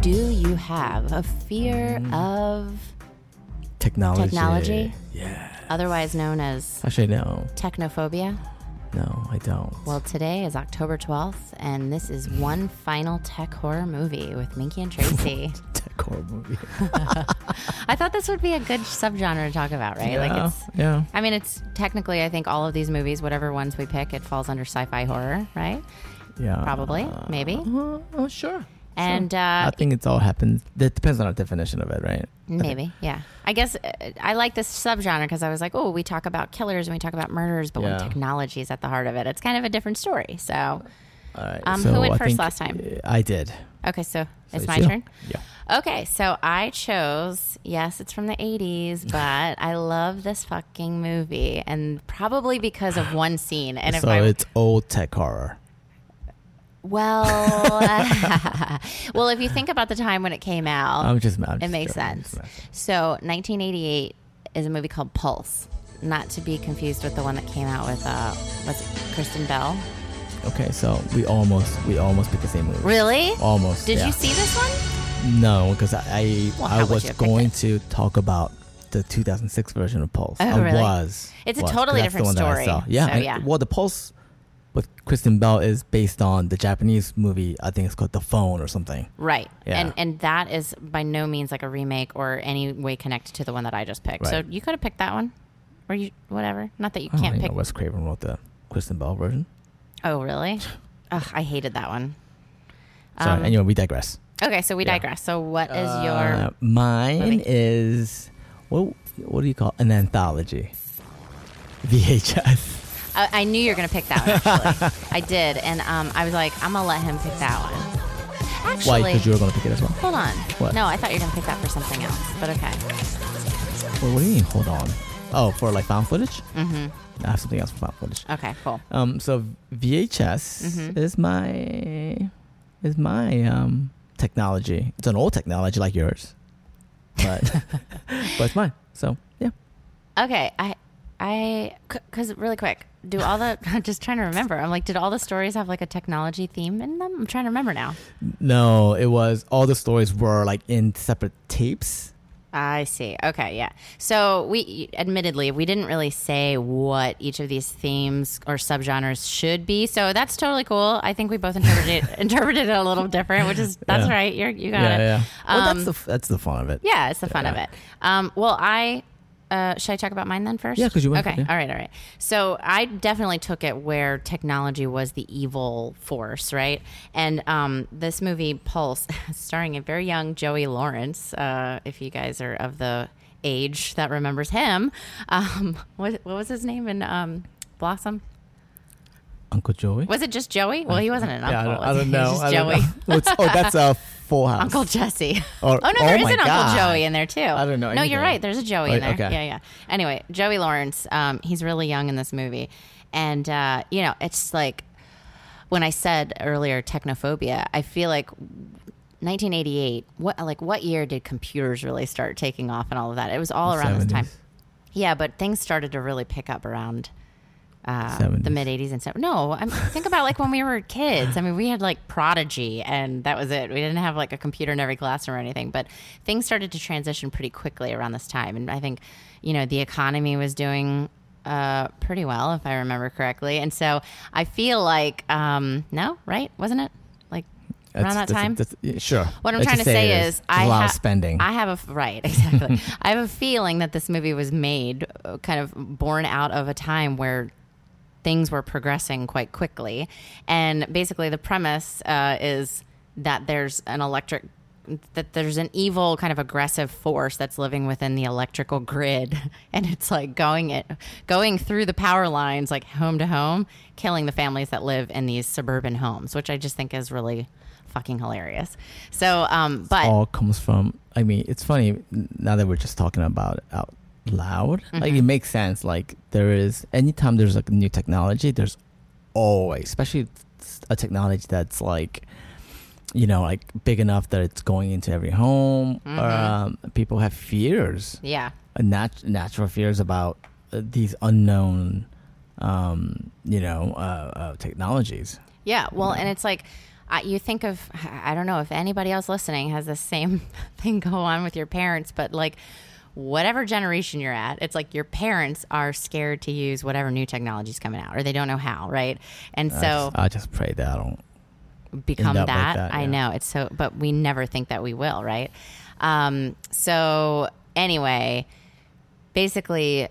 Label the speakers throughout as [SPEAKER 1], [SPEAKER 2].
[SPEAKER 1] do you have? A fear
[SPEAKER 2] Mm.
[SPEAKER 1] of
[SPEAKER 2] Technology.
[SPEAKER 1] Technology?
[SPEAKER 2] Yeah.
[SPEAKER 1] otherwise known as
[SPEAKER 2] Actually, no.
[SPEAKER 1] technophobia?
[SPEAKER 2] No, I don't.
[SPEAKER 1] Well, today is October 12th, and this is one final tech horror movie with Minky and Tracy.
[SPEAKER 2] tech horror movie.
[SPEAKER 1] I thought this would be a good subgenre to talk about, right? Like
[SPEAKER 2] yeah.
[SPEAKER 1] it's
[SPEAKER 2] yeah.
[SPEAKER 1] I mean, it's technically, I think all of these movies, whatever ones we pick, it falls under sci fi horror, right?
[SPEAKER 2] Yeah.
[SPEAKER 1] Probably, maybe.
[SPEAKER 2] Uh, uh, sure.
[SPEAKER 1] And uh,
[SPEAKER 2] I think it's all happens. That depends on our definition of it, right?
[SPEAKER 1] maybe, yeah. I guess uh, I like this subgenre because I was like, oh, we talk about killers and we talk about murders, but
[SPEAKER 2] Yeah.
[SPEAKER 1] when technology is at the heart of it, it's kind of a different story. So,
[SPEAKER 2] All right.
[SPEAKER 1] Um,
[SPEAKER 2] so
[SPEAKER 1] who went
[SPEAKER 2] I
[SPEAKER 1] first
[SPEAKER 2] think,
[SPEAKER 1] last time?
[SPEAKER 2] uh, I did.
[SPEAKER 1] okay, so,
[SPEAKER 2] So
[SPEAKER 1] it's my
[SPEAKER 2] you.
[SPEAKER 1] turn.
[SPEAKER 2] Yeah.
[SPEAKER 1] Okay, so I chose, yes, it's from the 80s, but I love this fucking movie and probably because of one scene. And if
[SPEAKER 2] so
[SPEAKER 1] I,
[SPEAKER 2] it's old tech horror.
[SPEAKER 1] Well, well, if you think about the time when it came out,
[SPEAKER 2] I'm just mad.
[SPEAKER 1] Oh, it makes sense. So, 1988 is a movie called Pulse, not to be confused with the one that came out with uh, what's it, Kristen Bell.
[SPEAKER 2] Okay, so we almost we almost picked the same movie.
[SPEAKER 1] Really?
[SPEAKER 2] Almost.
[SPEAKER 1] Did
[SPEAKER 2] yeah.
[SPEAKER 1] you see this one?
[SPEAKER 2] No, because I I,
[SPEAKER 1] Well, how
[SPEAKER 2] I
[SPEAKER 1] would
[SPEAKER 2] was
[SPEAKER 1] you have picked
[SPEAKER 2] going
[SPEAKER 1] it?
[SPEAKER 2] to talk about the 2006 version of Pulse.
[SPEAKER 1] Oh,
[SPEAKER 2] I
[SPEAKER 1] really?
[SPEAKER 2] was.
[SPEAKER 1] It's a
[SPEAKER 2] was, 'cause
[SPEAKER 1] totally
[SPEAKER 2] that's the
[SPEAKER 1] different
[SPEAKER 2] one that I
[SPEAKER 1] story,
[SPEAKER 2] saw. Yeah,
[SPEAKER 1] so
[SPEAKER 2] and-
[SPEAKER 1] yeah.
[SPEAKER 2] Well, the Pulse with Kristen Bell is based on the Japanese movie. I think it's called The Phone or something.
[SPEAKER 1] Right.
[SPEAKER 2] Yeah.
[SPEAKER 1] And and that is by no means like a remake or any way connected to the one that I just picked. So
[SPEAKER 2] Right.
[SPEAKER 1] you could have picked that one, or you whatever. Not that you
[SPEAKER 2] I don't
[SPEAKER 1] can't
[SPEAKER 2] think
[SPEAKER 1] pick.
[SPEAKER 2] Wes Craven wrote the Kristen Bell version.
[SPEAKER 1] Oh, really? Ugh, I hated that one.
[SPEAKER 2] Sorry.
[SPEAKER 1] Um,
[SPEAKER 2] anyway, we digress.
[SPEAKER 1] Okay, so we
[SPEAKER 2] Yeah.
[SPEAKER 1] digress. So what is
[SPEAKER 2] Uh,
[SPEAKER 1] your
[SPEAKER 2] mine
[SPEAKER 1] movie?
[SPEAKER 2] is what? What do you call it? an anthology? VHS.
[SPEAKER 1] I, I knew you were gonna pick that one. Actually, I did, and um, I was like, I'm gonna let him pick that one.
[SPEAKER 2] Why?
[SPEAKER 1] Actually,
[SPEAKER 2] Because you were going to pick it as well.
[SPEAKER 1] hold on.
[SPEAKER 2] What?
[SPEAKER 1] No, I thought you were gonna pick that for something else, but okay.
[SPEAKER 2] Wait, what do you mean? Hold on. Oh, for like found footage. Mm-hmm. I have something else for found footage.
[SPEAKER 1] Okay, cool.
[SPEAKER 2] Um, so VHS
[SPEAKER 1] Mm-hmm.
[SPEAKER 2] is my is my um technology. It's an old technology like yours, but but it's mine. So yeah,
[SPEAKER 1] Okay, I, I, c- cause really quick, do all the? I'm just trying to remember. I'm like, did all the stories have like a technology theme in them? I'm trying to remember now.
[SPEAKER 2] no, it was all the stories were like in separate tapes.
[SPEAKER 1] I see. Okay, yeah. So we admittedly we didn't really say what each of these themes or subgenres should be. So that's totally cool. I think we both interpreted it, interpreted it a little different, which is that's
[SPEAKER 2] Yeah.
[SPEAKER 1] right. You're, you got it.
[SPEAKER 2] well,
[SPEAKER 1] Um,
[SPEAKER 2] that's the f- that's the fun of it.
[SPEAKER 1] Yeah, it's the fun of
[SPEAKER 2] Yeah.
[SPEAKER 1] it. Um, well, I uh, should I talk about mine then first?
[SPEAKER 2] Yeah, 'cause you went
[SPEAKER 1] Okay,
[SPEAKER 2] for it, yeah.
[SPEAKER 1] all right, all right. So I definitely took it where technology was the evil force, right? And um, this movie Pulse, starring a very young Joey Lawrence, uh, if you guys are of the age that remembers him, um, what, what was his name in um, Blossom?
[SPEAKER 2] Uncle Joey.
[SPEAKER 1] Was it just Joey? Well, he wasn't an
[SPEAKER 2] Yeah, I
[SPEAKER 1] uncle.
[SPEAKER 2] don't, I
[SPEAKER 1] was
[SPEAKER 2] don't
[SPEAKER 1] he?
[SPEAKER 2] know.
[SPEAKER 1] Just
[SPEAKER 2] I don't
[SPEAKER 1] Joey.
[SPEAKER 2] know. What's- oh, that's a Full House.
[SPEAKER 1] Uncle Jesse. oh
[SPEAKER 2] Or-
[SPEAKER 1] no,
[SPEAKER 2] oh
[SPEAKER 1] there is
[SPEAKER 2] my
[SPEAKER 1] an
[SPEAKER 2] God.
[SPEAKER 1] Uncle Joey in there too.
[SPEAKER 2] I don't know
[SPEAKER 1] No,
[SPEAKER 2] anything.
[SPEAKER 1] you're right. There's a Joey
[SPEAKER 2] Oh,
[SPEAKER 1] in there.
[SPEAKER 2] okay.
[SPEAKER 1] Yeah, yeah. Anyway, Joey Lawrence. Um, he's really young in this movie, and uh, you know, it's like when I said earlier technophobia. I feel like 1988. What like what year did computers really start taking off and all of that? It was all around this time.
[SPEAKER 2] 70s.
[SPEAKER 1] Yeah, but things started to really pick up around uh,
[SPEAKER 2] 70s.
[SPEAKER 1] the mid 80s and stuff. No, I mean, think about like when we were kids. I mean, we had like Prodigy and that was it. We didn't have like a computer in every classroom or anything, but things started to transition pretty quickly around this time. And I think, you know, the economy was doing uh, pretty well, if I remember correctly. And so I feel like, um, no, right? Wasn't it? Like around
[SPEAKER 2] That's-
[SPEAKER 1] that
[SPEAKER 2] that's-
[SPEAKER 1] time?
[SPEAKER 2] that's- yeah, sure.
[SPEAKER 1] What I'm
[SPEAKER 2] Let's
[SPEAKER 1] trying to
[SPEAKER 2] just
[SPEAKER 1] say,
[SPEAKER 2] it
[SPEAKER 1] is,
[SPEAKER 2] There's
[SPEAKER 1] I
[SPEAKER 2] a lot
[SPEAKER 1] have
[SPEAKER 2] of spending.
[SPEAKER 1] I have a right, exactly. I have a feeling that this movie was made uh, kind of born out of a time where things were progressing quite quickly, and basically the premise uh, is that there's an electric. That there's an evil kind of aggressive force that's living within the electrical grid, and it's like going it, going through the power lines, like home to home, killing the families that live in these suburban homes, which I just think is really fucking hilarious. So, um, but
[SPEAKER 2] all comes from i mean it's funny now that we're just talking about it out loud like
[SPEAKER 1] Mm-hmm.
[SPEAKER 2] it makes sense like there is anytime there's like new technology there's always especially a technology that's like you know like big enough that it's going into every home
[SPEAKER 1] Mm-hmm.
[SPEAKER 2] um, people have fears
[SPEAKER 1] Yeah.
[SPEAKER 2] uh, nat- natural fears about uh, these unknown um, you know uh, uh, technologies
[SPEAKER 1] Yeah. Well, and it's like uh, you think of i don't know if anybody else listening has the same thing go on with your parents but like whatever generation you're at it's like your parents are scared to use whatever new technology's coming out or they don't know how right and so
[SPEAKER 2] I just, I just pray that I don't.
[SPEAKER 1] become
[SPEAKER 2] up
[SPEAKER 1] that,
[SPEAKER 2] like that,
[SPEAKER 1] i
[SPEAKER 2] yeah.
[SPEAKER 1] know it's so but we never think that we will right um so anyway basically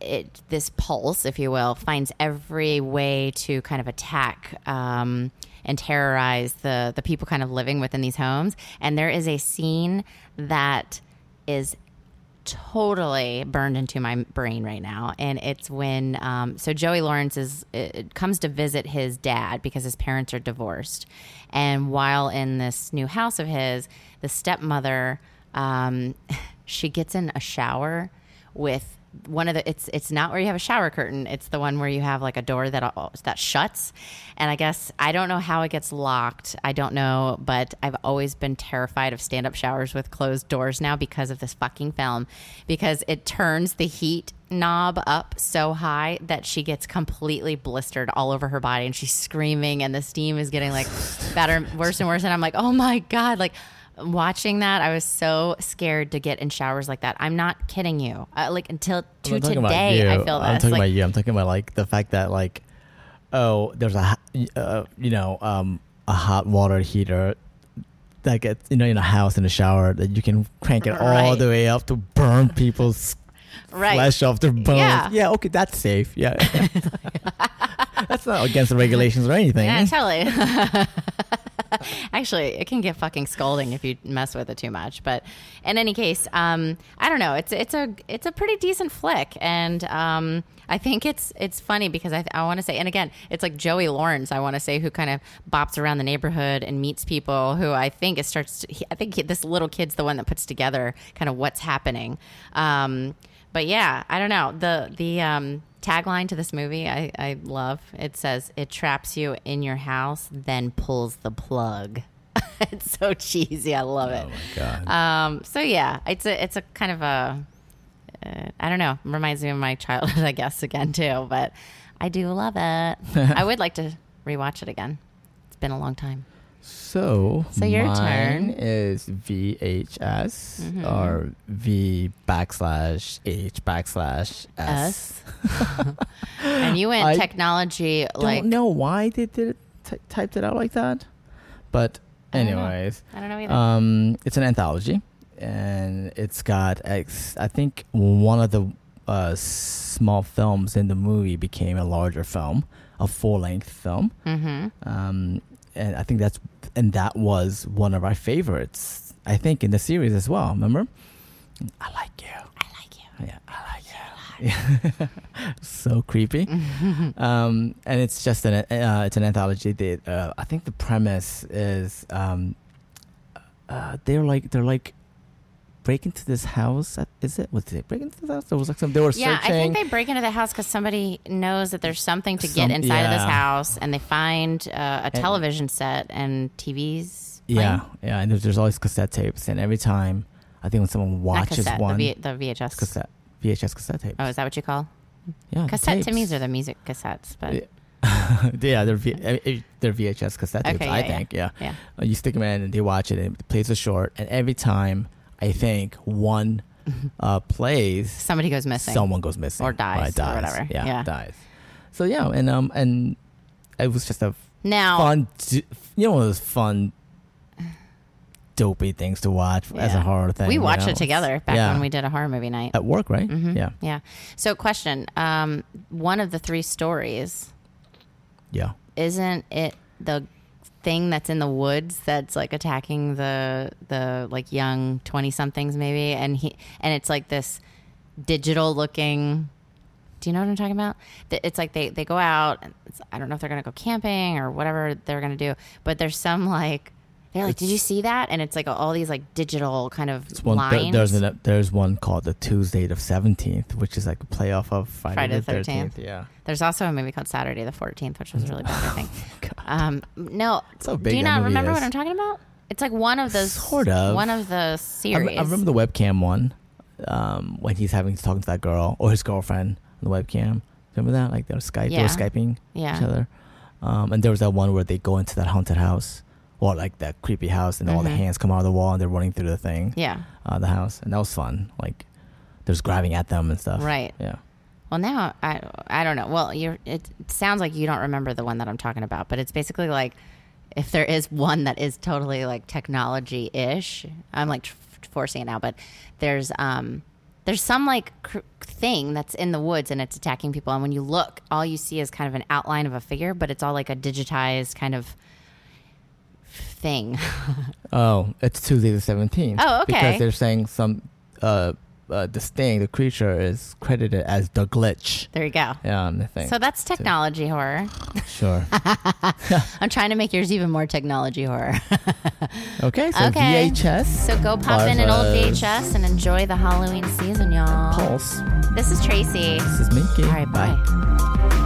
[SPEAKER 1] it this pulse, if you will, finds every way to kind of attack um, and terrorize the the people kind of living within these homes. And there is a scene that is totally burned into my brain right now and it's when um, so joey lawrence is uh, comes to visit his dad because his parents are divorced and while in this new house of his the stepmother um, she gets in a shower with one of the it's it's not where you have a shower curtain it's the one where you have like a door that that shuts and i guess i don't know how it gets locked i don't know but i've always been terrified of stand-up showers with closed doors now because of this fucking film because it turns the heat knob up so high that she gets completely blistered all over her body and she's screaming and the steam is getting like better worse and worse and i'm like oh my god like watching that i was so scared to get in showers like that i'm not kidding you uh, like until
[SPEAKER 2] I'm
[SPEAKER 1] to
[SPEAKER 2] not talking about
[SPEAKER 1] today i
[SPEAKER 2] you.
[SPEAKER 1] feel this
[SPEAKER 2] I'm talking
[SPEAKER 1] like,
[SPEAKER 2] about you. I'm talking about like the fact that like, oh, there's a ho- uh, you know um a hot water heater that gets you know in a house in a shower that you can crank it all
[SPEAKER 1] Right.
[SPEAKER 2] the way up to burn people's
[SPEAKER 1] right
[SPEAKER 2] flesh off their bones.
[SPEAKER 1] Yeah.
[SPEAKER 2] Yeah. okay, that's safe. Yeah. that's not against the regulations or anything.
[SPEAKER 1] yeah totally actually it can get fucking scolding if you mess with it too much but in any case um i don't know it's it's a it's a pretty decent flick and um i think it's it's funny because i, I want to say and again it's like joey lawrence i want to say who kind of bops around the neighborhood and meets people who i think it starts to, he- i think he- this little kid's the one that puts together kind of what's happening um but yeah i don't know the the um tagline to this movie I, I love it says it traps you in your house then pulls the plug it's so cheesy i love
[SPEAKER 2] Oh my god.
[SPEAKER 1] it um so yeah it's a it's a kind of a uh, i don't know reminds me of my childhood i guess again too but i do love it i would like to rewatch it again it's been a long time
[SPEAKER 2] So,
[SPEAKER 1] So your
[SPEAKER 2] mine
[SPEAKER 1] turn. Mm-hmm.
[SPEAKER 2] is VHS or V backslash H backslash S.
[SPEAKER 1] us and you went
[SPEAKER 2] I
[SPEAKER 1] technology
[SPEAKER 2] Don't
[SPEAKER 1] like
[SPEAKER 2] know why they did it, ty typed it out like that, but
[SPEAKER 1] I don't know.
[SPEAKER 2] anyways,
[SPEAKER 1] i don't know either
[SPEAKER 2] um, it's an anthology, and it's got ex- I think one of the uh, small films in the movie became a larger film, a full length film.
[SPEAKER 1] mm-hmm
[SPEAKER 2] um, and I think that's and that was one of our favorites. I think in the series as well. Remember, I like you.
[SPEAKER 1] i like you
[SPEAKER 2] Yeah, I like you. Yeah. so creepy. um, and it's just an uh, it's an anthology. That, uh, I think the premise is um, uh, they're like they're like break into this house. Is it? Was it break into this house? There was like some. They were
[SPEAKER 1] Yeah, I think
[SPEAKER 2] searching.
[SPEAKER 1] they break into the house because somebody knows that there's something to
[SPEAKER 2] Some-
[SPEAKER 1] get inside of this
[SPEAKER 2] yeah.
[SPEAKER 1] house, and they find uh, a
[SPEAKER 2] And-
[SPEAKER 1] television set and TVs.
[SPEAKER 2] yeah,
[SPEAKER 1] playing.
[SPEAKER 2] yeah. And there's, there's always cassette tapes, and every time. I think when someone
[SPEAKER 1] not
[SPEAKER 2] watches
[SPEAKER 1] cassette,
[SPEAKER 2] one,
[SPEAKER 1] the, v- the VHS.
[SPEAKER 2] cassette VHS cassette tapes.
[SPEAKER 1] Oh, is that what you call
[SPEAKER 2] yeah, the
[SPEAKER 1] cassette? To
[SPEAKER 2] tapes.
[SPEAKER 1] me, they're the music cassettes, but
[SPEAKER 2] Yeah. yeah, they're v- I mean, they're VHS cassette tapes.
[SPEAKER 1] Okay,
[SPEAKER 2] I
[SPEAKER 1] yeah, yeah.
[SPEAKER 2] think yeah.
[SPEAKER 1] yeah,
[SPEAKER 2] Uh, You stick them in and they watch it and it plays a short. And every time I think one uh, plays,
[SPEAKER 1] somebody goes missing.
[SPEAKER 2] someone goes missing
[SPEAKER 1] Or dies or whatever.
[SPEAKER 2] Yeah,
[SPEAKER 1] Yeah.
[SPEAKER 2] dies. So yeah, and um and it was just a
[SPEAKER 1] now,
[SPEAKER 2] fun, d- you know, one of those fun, dopey things to watch as a
[SPEAKER 1] Yeah.
[SPEAKER 2] horror thing.
[SPEAKER 1] we
[SPEAKER 2] you
[SPEAKER 1] watched
[SPEAKER 2] know?
[SPEAKER 1] it together back
[SPEAKER 2] Yeah.
[SPEAKER 1] when we did a horror movie night.
[SPEAKER 2] at work, right?
[SPEAKER 1] Mhm.
[SPEAKER 2] Yeah,
[SPEAKER 1] yeah. So, question: um, One of the three stories
[SPEAKER 2] yeah.
[SPEAKER 1] isn't it the thing that's in the woods that's like attacking the the like young 20 somethings maybe and he and it's like this digital looking do you know what i'm talking about Th- it's like they they go out and it's, i don't know if they're gonna go camping or whatever they're gonna do but there's some like they're like did you see that and it's like all these like digital kind of
[SPEAKER 2] It's one, there-
[SPEAKER 1] lines
[SPEAKER 2] there's an, there's one called the Tuesday the Seventeenth, which is like a playoff of Friday,
[SPEAKER 1] Friday
[SPEAKER 2] the
[SPEAKER 1] the 13th.
[SPEAKER 2] Thirteenth. Yeah,
[SPEAKER 1] There's also a movie called saturday the 14th which was really bad i think
[SPEAKER 2] Oh, God.
[SPEAKER 1] um no
[SPEAKER 2] That's how big
[SPEAKER 1] do you
[SPEAKER 2] that
[SPEAKER 1] not
[SPEAKER 2] movie
[SPEAKER 1] remember
[SPEAKER 2] is.
[SPEAKER 1] what i'm talking about it's like one of those
[SPEAKER 2] Sort of.
[SPEAKER 1] one of the
[SPEAKER 2] I,
[SPEAKER 1] series
[SPEAKER 2] re- I remember the webcam one um, when he's having talking to that girl or his girlfriend on the webcam. Remember that? Like they were Skype, they
[SPEAKER 1] Yeah.
[SPEAKER 2] were skyping each
[SPEAKER 1] yeah
[SPEAKER 2] other. Um, and there was that one where they go into that haunted house or like that creepy house, and all the
[SPEAKER 1] Mhm.
[SPEAKER 2] hands come out of the wall and they're running through the thing,
[SPEAKER 1] Yeah.
[SPEAKER 2] uh, the house, and that was fun. Like, there's grabbing at them and stuff.
[SPEAKER 1] Right.
[SPEAKER 2] Yeah.
[SPEAKER 1] Well, now I I don't know. Well, you're. It sounds like you don't remember the one that I'm talking about, but it's basically like if there is one that is totally like technology ish. I'm like tr- forcing it now, but there's um there's some like cr- thing that's in the woods and it's attacking people, and when you look, all you see is kind of an outline of a figure, but it's all like a digitized kind of thing.
[SPEAKER 2] Oh, it's Tuesday the 17th.
[SPEAKER 1] Oh, okay.
[SPEAKER 2] Because they're saying some, uh, uh, this thing, the creature, is credited as the glitch.
[SPEAKER 1] there you go.
[SPEAKER 2] Yeah, on the thing.
[SPEAKER 1] So that's technology horror.
[SPEAKER 2] sure.
[SPEAKER 1] I'm trying to make yours even more technology horror.
[SPEAKER 2] Okay, so
[SPEAKER 1] Okay.
[SPEAKER 2] VHS.
[SPEAKER 1] So go pop in an old
[SPEAKER 2] Barbas.
[SPEAKER 1] VHS and enjoy the Halloween season, y'all.
[SPEAKER 2] Pulse.
[SPEAKER 1] This is Tracy.
[SPEAKER 2] This is Minky.
[SPEAKER 1] All right, bye.